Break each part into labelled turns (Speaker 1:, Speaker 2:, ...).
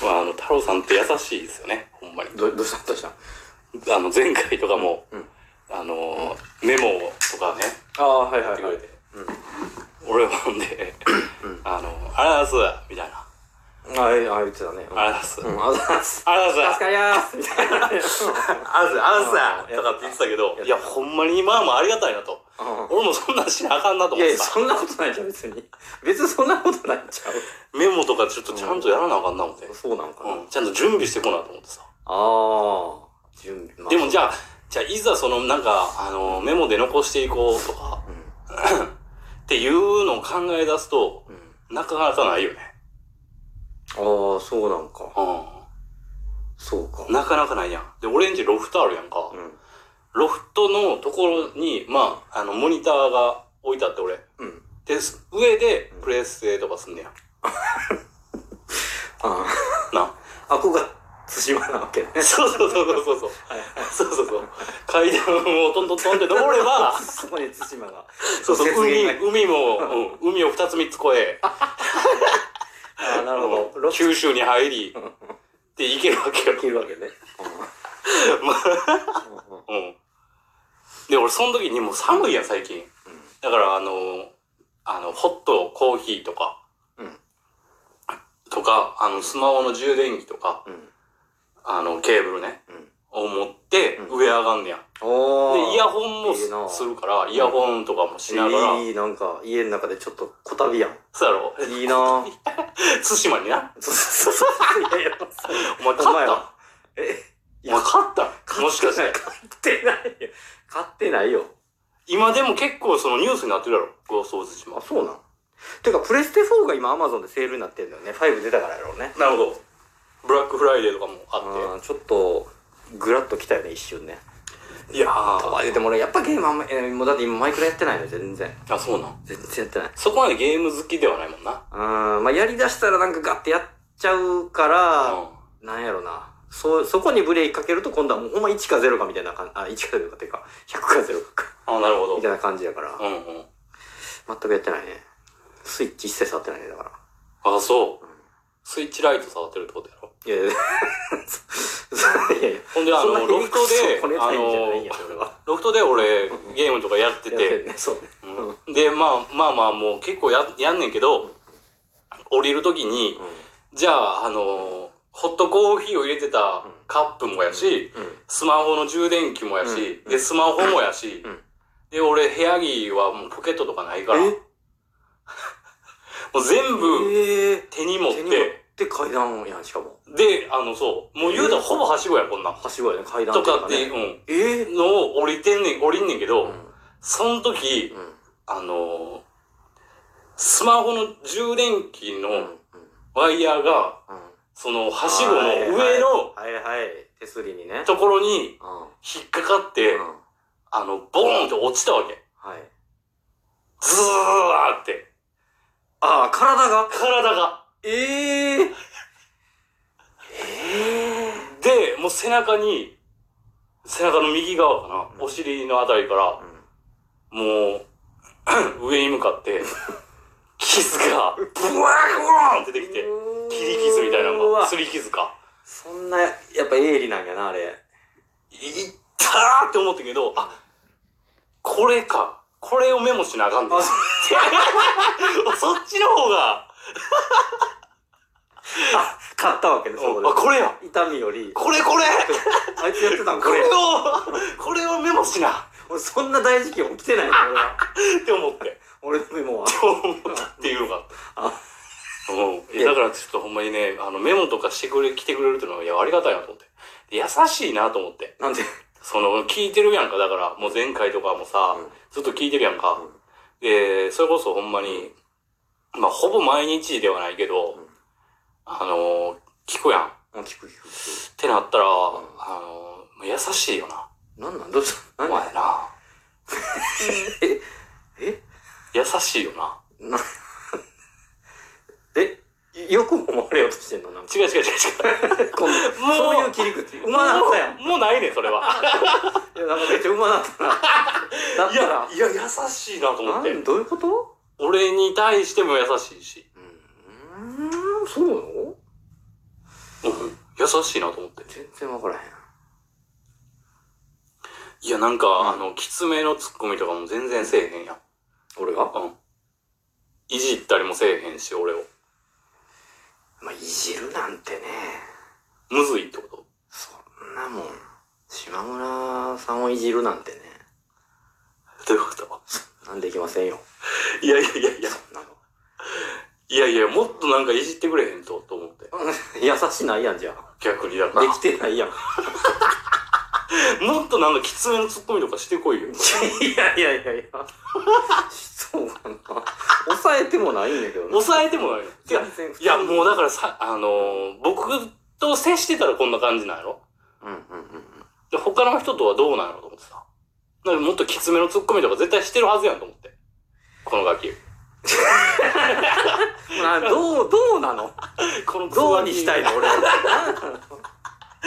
Speaker 1: ハローさんって優しいですよね、ほんまに。
Speaker 2: どどうしたどうした
Speaker 1: あの、前回とかも、
Speaker 2: うん
Speaker 1: あの、メモとかね、
Speaker 2: ああはいはい
Speaker 1: 言わ
Speaker 2: は
Speaker 1: れ
Speaker 2: い
Speaker 1: て。俺はほんで、あの、あらすみたいな。
Speaker 2: あーえーあー言ってたねうん
Speaker 1: あらす。
Speaker 2: うんあざっす
Speaker 1: あらす
Speaker 2: 助かりやーすみたいな
Speaker 1: あらすあらすとかって言ってたけど、いや、ほんまに今はもうありがたいなと。
Speaker 2: うん
Speaker 1: 俺もそんなんしなあかんなと
Speaker 2: い
Speaker 1: 思っ
Speaker 2: やい
Speaker 1: て
Speaker 2: や
Speaker 1: さ。
Speaker 2: そんなことないじゃん別に別にそんなことないんちゃ
Speaker 1: メモとかちょっとちゃんとやらなあかんな思って。
Speaker 2: うそうなんかな、
Speaker 1: うん。ちゃんと準備してこなと思ってさ。
Speaker 2: ああ準備、まあ
Speaker 1: でもじゃあ、じゃあいざそのなんか、あの、メモで残していこうとか、
Speaker 2: う
Speaker 1: っていうのを考え出すと、
Speaker 2: ん、うん、
Speaker 1: なかなかないよね。
Speaker 2: ああそうなんか
Speaker 1: う
Speaker 2: そうか
Speaker 1: ん。なかなかないやん。で、俺んちロフトあるやんか。
Speaker 2: うん
Speaker 1: ロフトのところに、まあ、あの、モニターが置いてあって、俺。
Speaker 2: うん
Speaker 1: で、す上で、プレステとかすんねや。
Speaker 2: あ
Speaker 1: な。
Speaker 2: ああこが対馬なわけね
Speaker 1: そうそうそうそうそうそう。
Speaker 2: はいはい
Speaker 1: そうそうそう。階段をトントントンって登れば、
Speaker 2: そこに対馬が
Speaker 1: そうそう、
Speaker 2: 雪
Speaker 1: 海
Speaker 2: 原が、
Speaker 1: 海も、うん、海を二つ三つ越え、
Speaker 2: ああなるほ
Speaker 1: う
Speaker 2: ど
Speaker 1: ん
Speaker 2: ロッキー
Speaker 1: 九州に入り、で、行けるわけよ。
Speaker 2: いるわけ ねうんうん
Speaker 1: うん。で、俺、その時にもう寒いやん、最近。だから、あの、あの、ホットコーヒーとか、
Speaker 2: うん
Speaker 1: とか、あの、スマホの充電器とか、
Speaker 2: うん
Speaker 1: あの、ケーブルね、
Speaker 2: うん
Speaker 1: を持って、
Speaker 2: うん
Speaker 1: 上上がんねや。
Speaker 2: おー
Speaker 1: で、イヤホンも
Speaker 2: いいな
Speaker 1: するから、イヤホンとかもしながら、
Speaker 2: いいなんか家の中でちょっとこたびやん
Speaker 1: そうやろ
Speaker 2: いいな
Speaker 1: 対馬にな。
Speaker 2: そうそうそういやいや
Speaker 1: お前
Speaker 2: お
Speaker 1: 勝っ
Speaker 2: 前
Speaker 1: た
Speaker 2: はえ
Speaker 1: お前勝ったもしかして。
Speaker 2: 買ってないよ買ってないよ
Speaker 1: 今でも結構そのニュースになってるやろ。ゴーストオブツシマ
Speaker 2: あ、そうなんてか、プレステ4が今 Amazon でセールになってんだよね。5出たからやろうね。
Speaker 1: なるほど。ブラックフライデーとかもあっ
Speaker 2: うん、ちょっと、ぐらっと来たよね、一瞬ね。
Speaker 1: て。いや
Speaker 2: と
Speaker 1: ー。
Speaker 2: は言うても俺、やっぱゲームあんま、えーもうだって今マイクラやってないのよ、全然。
Speaker 1: あ、そうなん。
Speaker 2: 全然やってない。
Speaker 1: そこまでゲーム好きではないもんな。
Speaker 2: うん、まあやりだしたらなんかガッてやっちゃうか
Speaker 1: う
Speaker 2: ら、
Speaker 1: ん。
Speaker 2: なんやろな。そう、そこにブレーキかけると今度はもうほんま1か0かみたいな感じ、あ、1か0かっていうか、100か0かか、
Speaker 1: あ、なるほど。
Speaker 2: みたいな感じやから、
Speaker 1: うんうん。
Speaker 2: 全くやってないね。スイッチ一切触ってないね、だから。
Speaker 1: あ、そう。スイッチライト触ってるってことやろ。
Speaker 2: いやい や、そそいやいや。
Speaker 1: ほんで、あ
Speaker 2: そんな
Speaker 1: の、
Speaker 2: ヘ
Speaker 1: ロ
Speaker 2: リ
Speaker 1: フ
Speaker 2: ク
Speaker 1: ト
Speaker 2: ソ
Speaker 1: で
Speaker 2: こね、た
Speaker 1: あ
Speaker 2: いんじゃないんや
Speaker 1: の、
Speaker 2: 俺は
Speaker 1: ロフトで俺、ゲームとかやって
Speaker 2: やって
Speaker 1: て、
Speaker 2: んねそうねうん
Speaker 1: うんで、まあまあまあ、もう結構や、やんねんけど、降りるときに、じゃあ、あのー、ホットコーヒーを入れてたカップもやし、
Speaker 2: うん
Speaker 1: スマホの充電器もやし、
Speaker 2: うん
Speaker 1: で、スマホもやし、
Speaker 2: うん
Speaker 1: で、俺、部屋着はもうポケットとかないから、も
Speaker 2: え
Speaker 1: う全部
Speaker 2: ええ
Speaker 1: 手に持っ、
Speaker 2: 手に持ってて階段やんしかも
Speaker 1: で、あの、そう、もう言うたらほぼはしごや、こんなん。
Speaker 2: はしごやね階段
Speaker 1: と
Speaker 2: いう
Speaker 1: かって、
Speaker 2: ね
Speaker 1: う
Speaker 2: ええ
Speaker 1: ん、のを降りてんねん、降りんねんけ
Speaker 2: う
Speaker 1: ど、
Speaker 2: ん
Speaker 1: その時、
Speaker 2: うん
Speaker 1: あのー、スマホの充電器
Speaker 2: うん
Speaker 1: のワイヤーが、
Speaker 2: うん
Speaker 1: その、はしごの上の
Speaker 2: はいはいはいはい手すりにね
Speaker 1: ところに
Speaker 2: うんうん
Speaker 1: 引っかかって、あの、ボーンって落ちたわけ。
Speaker 2: はい
Speaker 1: ズワーって。
Speaker 2: ああ体が
Speaker 1: 体が。
Speaker 2: ええええ
Speaker 1: で、もう背中に、背中の右側かな、
Speaker 2: うん
Speaker 1: お尻のあたりから、もう、 上に向か って、傷が、ブワーブワーンってできて、切り傷みたいなのが、すり傷か。
Speaker 2: そんなやっぱ鋭利なんやなあれ
Speaker 1: いったーって思ったけど、あ、これか。これをメモしなあかんで。
Speaker 2: あ
Speaker 1: そっちの方が、
Speaker 2: あ買ったわけねそこで
Speaker 1: あ、これや。
Speaker 2: 痛みより
Speaker 1: これこれ
Speaker 2: あいつやってたん
Speaker 1: こ
Speaker 2: これ
Speaker 1: れを、これをメモしな。
Speaker 2: 俺そんな大事件起きてないの俺は
Speaker 1: って思って。
Speaker 2: 俺の メモは
Speaker 1: 思ったっていうのがあった。うんいやだからちょっとほんまにね、あのメモとかしてくれ、来てくれるっていうのは、いや、ありがたいなと思って。で優しいなと思って。
Speaker 2: なんで
Speaker 1: その、聞いてるやんか。だから、もう前回とかもさ、
Speaker 2: うん
Speaker 1: ずっと聞いてるやんか。
Speaker 2: うん
Speaker 1: で、それこそほんまに、まあ、ほぼ毎日ではないけど、
Speaker 2: うん
Speaker 1: あのー聞くやん。っ
Speaker 2: あ聞く聞く聞
Speaker 1: てなったら、
Speaker 2: ん
Speaker 1: あのー優しいよな。
Speaker 2: くなんなんどうした
Speaker 1: お
Speaker 2: 何
Speaker 1: 前な。
Speaker 2: え
Speaker 1: 優しいよな。
Speaker 2: なえよく思われようとしてんのなんか
Speaker 1: 違う違う違う違
Speaker 2: こん
Speaker 1: もう
Speaker 2: そういう切り口
Speaker 1: う。
Speaker 2: 馬なったやん
Speaker 1: もうもうないねん、それは。
Speaker 2: いやなんかめっちゃ馬なっ たなだっ
Speaker 1: い
Speaker 2: た
Speaker 1: や
Speaker 2: ら、
Speaker 1: いや、優しいなと思っ
Speaker 2: な
Speaker 1: て
Speaker 2: ん。どういうこと
Speaker 1: 俺に対しても優しいし。
Speaker 2: うーんそうなの
Speaker 1: うん。優しいなと思って。
Speaker 2: 全然わからへん。
Speaker 1: いや、なんか、
Speaker 2: ん
Speaker 1: あの、きつめのツッコミとかも全然せえへんやん。
Speaker 2: 俺が
Speaker 1: うん。いじったりもせえへんし、俺を。
Speaker 2: まあ、いじるなんてね、
Speaker 1: むずいってこと
Speaker 2: そんなもん、島村さんをいじるなんてね、
Speaker 1: どういうこ
Speaker 2: なんでいけませんよ。
Speaker 1: といやいやいやいや、
Speaker 2: そんなの。
Speaker 1: いやいや、もっとなんかいじってくれへんと、と思って。
Speaker 2: 優しないやん、じゃあ。
Speaker 1: 逆にだか
Speaker 2: で
Speaker 1: ら。
Speaker 2: きてないやん。い
Speaker 1: もっとなんかきつめのツッコミとかしてこ いよ。
Speaker 2: やいやいやいや。そうかな。抑えてもないんやけどな。
Speaker 1: 抑えてもないよ。いや、
Speaker 2: 然
Speaker 1: いや、もうだ
Speaker 2: か
Speaker 1: からさ、あのー僕と接してたらこんな感じなんやろ
Speaker 2: ら。うんうんうん。
Speaker 1: で、他の人とはどうなんやろと思ってさ。だからもっときつめのツッコミとか絶対してるはずやんと思って。このガキ。
Speaker 2: まあ、どう、どうなの
Speaker 1: この
Speaker 2: どうにしたいの俺は。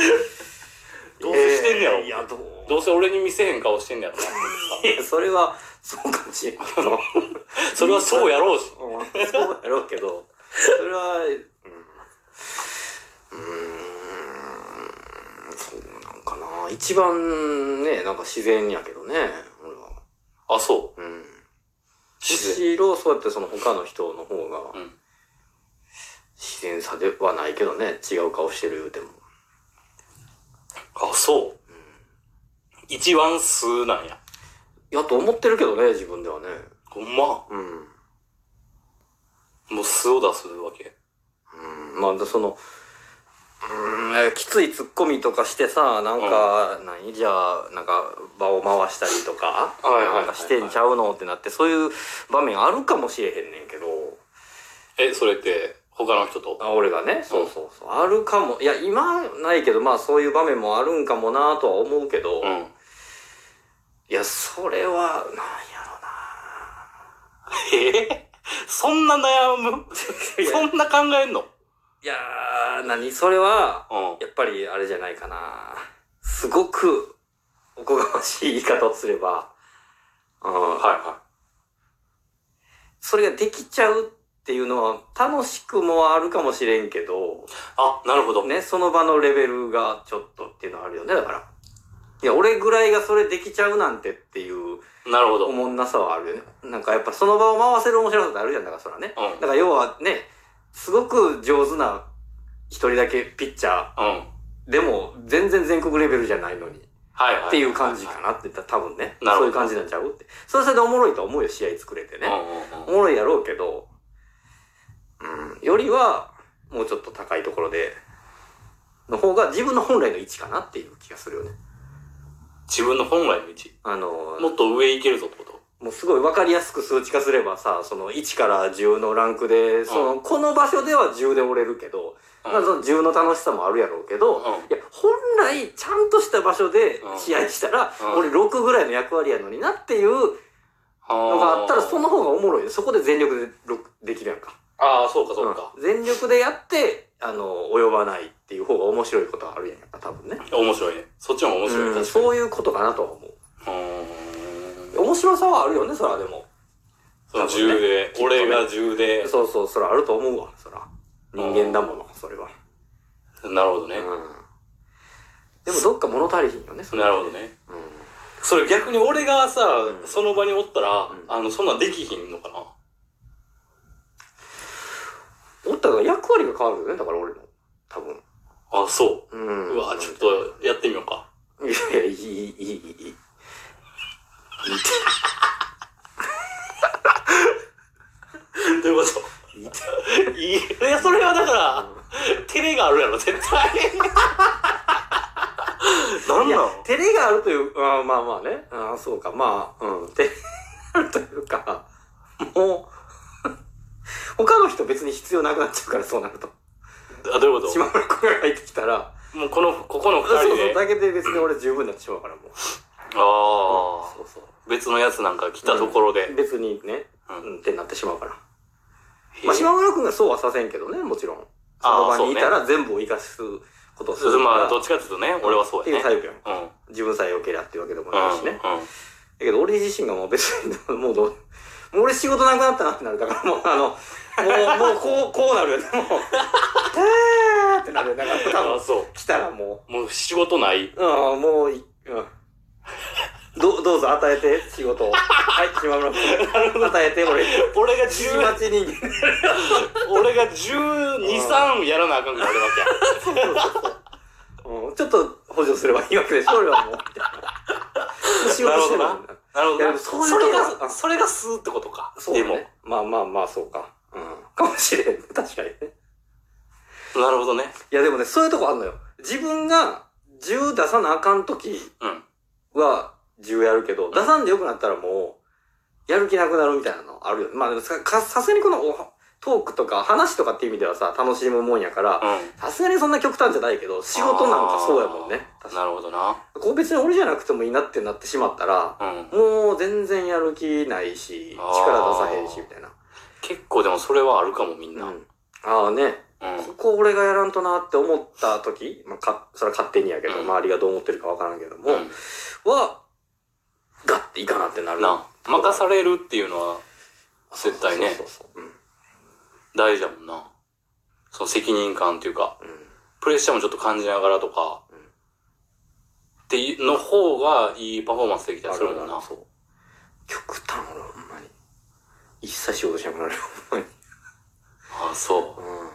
Speaker 1: どうせしてんねやろ
Speaker 2: いや、どう。
Speaker 1: どうせ俺に見せへん顔してんねやろなと思って
Speaker 2: いや、それは、そうかもしれんけど。
Speaker 1: さ。それはそうやろうし。
Speaker 2: うんそうやろうけど、それは、うん。うーん、そうなんかな。一番ね、なんか自然やけどね、俺は。
Speaker 1: あ、そう。
Speaker 2: うん。む
Speaker 1: 自然。
Speaker 2: しろ、そうやってその他の人の方が
Speaker 1: うん、
Speaker 2: 自然さではないけどね、違う顔してる言うても。
Speaker 1: あ、そう。一番数なんや。
Speaker 2: やと思ってるけどね、自分ではね。
Speaker 1: ほんま。
Speaker 2: うん。
Speaker 1: もう素を出すわけ。
Speaker 2: うん、まあ、その、うん、えきついツッコミとかしてさ、なんか、何じゃあ、なんか、場を回したりとか、
Speaker 1: はいはいはいはい
Speaker 2: なんかしてんちゃうのってなって、そういう場面あるかもしれへんねんけど、
Speaker 1: え、それって、他の人と。
Speaker 2: あ俺がね、そうそうそう、あるかも、いや、今ないけど、まあそういう場面もあるんかもなとは思うけど、
Speaker 1: うん。
Speaker 2: いや、それは、なんやろな
Speaker 1: えーそんな悩む
Speaker 2: いや
Speaker 1: そんな考えんの
Speaker 2: いやー、何それは、
Speaker 1: うん。
Speaker 2: やっぱりあれじゃないかな。すごくおこがましい言い方をすれば、うん
Speaker 1: は
Speaker 2: それができちゃうっていうのは楽しくもあるかもしれんけど、
Speaker 1: いはい。あ、なるほど。
Speaker 2: ね、その場のレベルがちょっとっていうのはあるよね、だから。いや、俺ぐらいがそれできちゃうなんてっていう
Speaker 1: なるほど。
Speaker 2: おもんなさはあるよね。なんかやっぱその場を回せる面白さってあるじゃん、だからそらね。
Speaker 1: うん
Speaker 2: だから要はね、すごく上手な一人だけピッチャ
Speaker 1: うん。はい
Speaker 2: ーでも全然全国レベルじゃないのに。
Speaker 1: はい。
Speaker 2: っていう感じかなって言ったら多分ね。
Speaker 1: なるほ
Speaker 2: そうい
Speaker 1: ど
Speaker 2: う感じなんちゃうって。それはそれでおもろいと思うよ、試合作れて
Speaker 1: う
Speaker 2: ね。
Speaker 1: んうんうん
Speaker 2: おもろいやろうけど、うん、よりは、もうちょっと高いところで、の方が自分の本来の位置かなっていう気がするよね。
Speaker 1: 自分の本来の位置。
Speaker 2: あの、
Speaker 1: もっと上行けるぞってこと
Speaker 2: もうすごい分かりやすく数値化すればさ、その1から10のランクで、その、この場所では10で折れるけど、
Speaker 1: うん
Speaker 2: まあその10の楽しさもあるやろうけど、
Speaker 1: ん
Speaker 2: いや、本来ちゃんとした場所で
Speaker 1: うん
Speaker 2: 試合したら、
Speaker 1: うん
Speaker 2: 俺6ぐらいの役割やのになっていうのがあったら、その。方がおもろいよ。そこで全力でろくできるやんか。
Speaker 1: あーあー、そうかそうか。
Speaker 2: うん全力でやって、あの、及ばないっていう方が面白いことはあるやんか、多分ね。
Speaker 1: 面白いね。そっちの方が面白い。
Speaker 2: うん
Speaker 1: 確かに。
Speaker 2: そういうことかなとは思う。
Speaker 1: うーん
Speaker 2: 面白さはあるよね、そらでも。
Speaker 1: その10で、
Speaker 2: ね
Speaker 1: 俺が10で、
Speaker 2: そうそう、そらあると思うわ、そら。人間だもの、それは。
Speaker 1: なるほどね
Speaker 2: う。ん。でもどっか物足りひんよね、それ
Speaker 1: なるほどね。
Speaker 2: うん。
Speaker 1: それ逆に俺がさ、
Speaker 2: ん
Speaker 1: その場におったら、
Speaker 2: うん
Speaker 1: あの、そんなんできひんのかな
Speaker 2: おったら役割が変わるよね、だから俺の。多分。
Speaker 1: あ、そうう。
Speaker 2: ん。
Speaker 1: うわ、ちょっとやってみようか。
Speaker 2: いやいや、いい、いい、いい、いい。いいって
Speaker 1: どういうこと
Speaker 2: いいって
Speaker 1: いや、それはだから、照れがあるやろ、絶対。 なん
Speaker 2: いや
Speaker 1: なの、
Speaker 2: 照れがあるという、あーまあまあね。あーそうか、まあ、うん、照れがあるというか、もう、 他の人別に必要なくなっちゃうから、そうなると。
Speaker 1: あ、どういうこ
Speaker 2: 島村君が入ってきたら、
Speaker 1: ともうこの、ここの二
Speaker 2: そう
Speaker 1: 人
Speaker 2: そ
Speaker 1: で。
Speaker 2: う、だけで別に俺十分になってしまうから、もう。
Speaker 1: あ
Speaker 2: そうそう。
Speaker 1: あ、別のやつなんか来たところで。
Speaker 2: 別にね、
Speaker 1: う
Speaker 2: うんん、ってなってしまうから。
Speaker 1: へえ
Speaker 2: まあ、島村君がそうはさせんけどね、もちろん。そ
Speaker 1: あー
Speaker 2: の場にいたら全部を生かすことをするから。
Speaker 1: まあ、どっちかっていうとね、俺はそうや
Speaker 2: っ
Speaker 1: ね
Speaker 2: て。いうタイプやん。
Speaker 1: うん。うん。
Speaker 2: 自分さえ良けりゃっていうわけでもないしね。
Speaker 1: うん。
Speaker 2: だけど俺自身がもう別に、 もうどう、もう俺仕事なくなった なってなる。だからもうあの、もう、もうこう、こうなるよね。もう、えーってなる。ね。だから多
Speaker 1: あ、
Speaker 2: 分、
Speaker 1: そ
Speaker 2: 来たらも
Speaker 1: う。もう仕事ない。
Speaker 2: う、うん、もうい、うん。ど、どうぞ与えて、仕事を。はい、島村君。与えて、俺。
Speaker 1: 俺が
Speaker 2: ち
Speaker 1: 10
Speaker 2: ま、ち人間。
Speaker 1: 俺が12、3やらなあかんくなるわけや。
Speaker 2: うん、ちょっと補助すればいいわけでしょ、俺は もう。仕事してるもんな。
Speaker 1: なるほど
Speaker 2: いやで
Speaker 1: な。
Speaker 2: もそういう
Speaker 1: それ
Speaker 2: ところ
Speaker 1: が、それがスーってことか。
Speaker 2: そう
Speaker 1: で
Speaker 2: ね
Speaker 1: も。
Speaker 2: まあまあまあ、そうか。うん。かもしれんね。確かにね。
Speaker 1: なるほどね。
Speaker 2: いやでもね、そういうとこあんのよ。自分が10出さなあかんとき
Speaker 1: うん。
Speaker 2: は10やるけど、出さんでよくなったらもう、やる気なくなるみたいなのあるよね。まあでもさ、かさすがにこのおトークとか話とかっていう意味ではさ、楽しむもんやか
Speaker 1: う
Speaker 2: ら、
Speaker 1: ん。
Speaker 2: さすがにそんな極端じゃないけど、仕事なんかそうやもんね。
Speaker 1: あー
Speaker 2: 確か
Speaker 1: なるほどな。
Speaker 2: にこう別に俺じゃなくてもいいなってなってしまったら、
Speaker 1: うん。
Speaker 2: もう全然やる気ないし、
Speaker 1: あー
Speaker 2: 力出さへんし、みたいな。
Speaker 1: 結構でもそれはあるかもみんな。
Speaker 2: う
Speaker 1: うん。
Speaker 2: ん。ああね、ここ俺がやらんとなって思った時、まあ、かそれは勝手にやけど、
Speaker 1: うん
Speaker 2: 周りがどう思ってるかわからんけども、
Speaker 1: うん。
Speaker 2: はガッていいかなってなる
Speaker 1: な、任されるっていうのは
Speaker 2: そう
Speaker 1: 絶対ね
Speaker 2: そうそうそう
Speaker 1: 大事だもんな。その責任感っていうか、
Speaker 2: うんうん
Speaker 1: プレッシャーもちょっと感じながらとか、
Speaker 2: うん
Speaker 1: っていうの方がいいパフォーマンスできたり
Speaker 2: あ
Speaker 1: する
Speaker 2: る
Speaker 1: も
Speaker 2: なん
Speaker 1: な。
Speaker 2: そう極端俺ほんまに一切仕事しなくなるよ
Speaker 1: ああ、そう。
Speaker 2: ほんまに、うん、